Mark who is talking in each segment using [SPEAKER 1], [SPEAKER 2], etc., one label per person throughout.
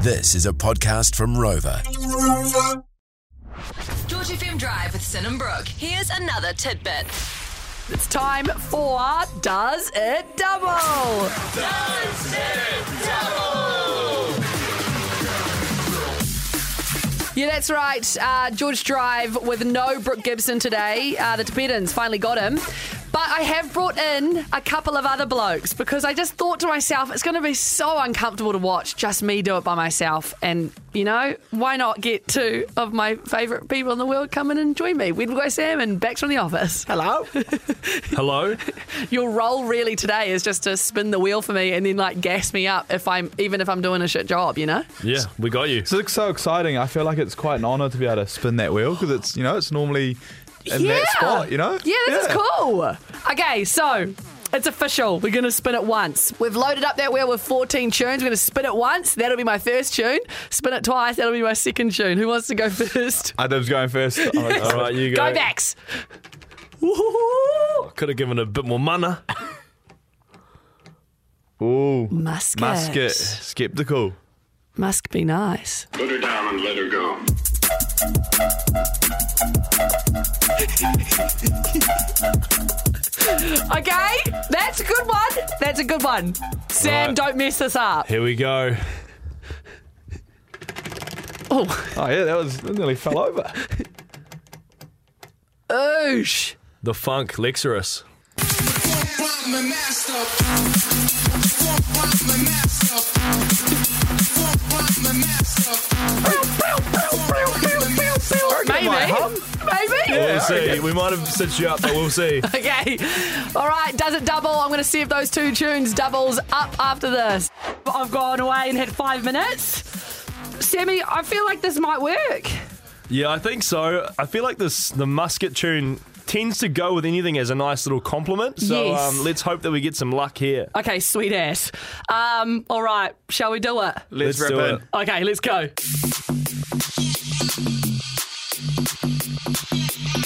[SPEAKER 1] This is a podcast from Rover.
[SPEAKER 2] George FM Drive with Sin and Brooke. Here's another tidbit.
[SPEAKER 3] It's time for Does It Double? Does It Double? Yeah, that's right. Uh, George Drive with no Brooke Gibson today. Uh, the Tibetans finally got him. But I have brought in a couple of other blokes because I just thought to myself, it's going to be so uncomfortable to watch just me do it by myself. And, you know, why not get two of my favourite people in the world come in and join me? We'd go Sam and Bex from The Office.
[SPEAKER 4] Hello.
[SPEAKER 5] Hello.
[SPEAKER 3] your role really today is just to spin the wheel for me and then like gas me up if I'm even if I'm doing a shit job, you know?
[SPEAKER 5] Yeah, we got you.
[SPEAKER 4] This is so exciting. I feel like it's quite an honour to be able to spin that wheel because it's you know it's normally in that spot. You know.
[SPEAKER 3] Yeah, this is cool. Okay, so it's official. We're going to spin it once. We've loaded up that wheel with 14 tunes. We're going to spin it once. That'll be my first tune. Spin it twice. That'll be my second tune. Who wants to go first?
[SPEAKER 4] Adam's going first. Oh,
[SPEAKER 5] All right, you go.
[SPEAKER 3] Go backs. Woo-hoo-hoo.
[SPEAKER 5] Could have given a bit more money.
[SPEAKER 4] Ooh.
[SPEAKER 3] Musket.
[SPEAKER 4] Musket. Skeptical.
[SPEAKER 3] Musk be nice.
[SPEAKER 6] Put her down and let her go.
[SPEAKER 3] Okay, that's a good one. That's a good one. Sam,
[SPEAKER 5] Right.
[SPEAKER 3] don't mess this up.
[SPEAKER 5] Here we go.
[SPEAKER 3] Oh.
[SPEAKER 4] Oh yeah, that was that nearly fell over.
[SPEAKER 3] Oosh.
[SPEAKER 5] The funk Lexurus.
[SPEAKER 3] Maybe.
[SPEAKER 4] might hum.
[SPEAKER 3] Maybe.
[SPEAKER 5] We'll see. We might have set you up, but we'll see.
[SPEAKER 3] Okay. All right. Does it double? I'm going to see if those two tunes doubles up after this. I've gone away and had five minutes. Sammy, I feel like this might work.
[SPEAKER 5] Yeah, I think so. I feel like this the musket tune tends to go with anything as a nice little compliment. So
[SPEAKER 3] Yes.
[SPEAKER 5] um, let's hope that we get some luck here.
[SPEAKER 3] Okay, sweet ass. Um, all right. Shall we do it?
[SPEAKER 4] Let's,
[SPEAKER 5] Let's do
[SPEAKER 4] rip in.
[SPEAKER 5] it.
[SPEAKER 3] Okay, let's go.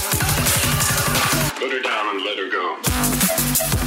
[SPEAKER 6] Put her down and let her go.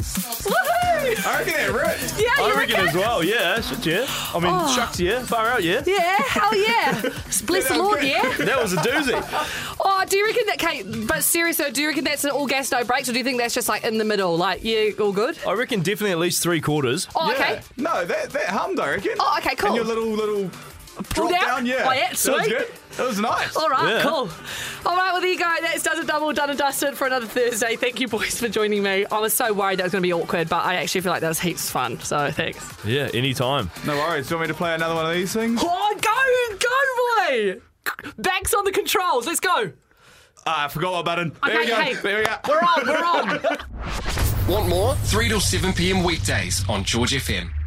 [SPEAKER 3] Woohoo!
[SPEAKER 4] I reckon that ripped.
[SPEAKER 3] Yeah, you Oh.
[SPEAKER 5] I reckon as well. Yeah, shit, yeah. I mean, shucks, yeah. Far out, yeah.
[SPEAKER 3] Yeah, hell yeah. Bless the Lord, yeah.
[SPEAKER 5] That was a doozy.
[SPEAKER 3] Oh, do you reckon that, Kate, but seriously, do you reckon that's an all gas, no breaks, or do you think that's just like in the middle? Like, yeah, all good?
[SPEAKER 5] I reckon definitely at least three quarters.
[SPEAKER 3] Oh,
[SPEAKER 4] Yeah.
[SPEAKER 3] okay.
[SPEAKER 4] No, that that hummed. I reckon.
[SPEAKER 3] Oh, okay, cool.
[SPEAKER 4] And your little little drop
[SPEAKER 3] out?
[SPEAKER 4] down. Yeah.
[SPEAKER 3] Oh, yeah,
[SPEAKER 4] That was
[SPEAKER 3] sweet.
[SPEAKER 4] good. That was nice.
[SPEAKER 3] All right,
[SPEAKER 5] Yeah.
[SPEAKER 3] cool. All right, well, there you go. That's Does It Double, done and dusted for another Thursday. Thank you, boys, for joining me. I was so worried that was going to be awkward, but I actually feel like that was heaps fun, so thanks.
[SPEAKER 5] Yeah, anytime.
[SPEAKER 4] No worries. Do you want me to play another one of these things?
[SPEAKER 3] Oh, go, go, boy! Backs on the controls. Let's go.
[SPEAKER 4] Ah, I forgot what button. There
[SPEAKER 3] Okay,
[SPEAKER 4] we go.
[SPEAKER 3] hey.
[SPEAKER 4] There we go.
[SPEAKER 3] We're on, we're on.
[SPEAKER 7] Want more? 3 till 7 p.m. weekdays on George FM.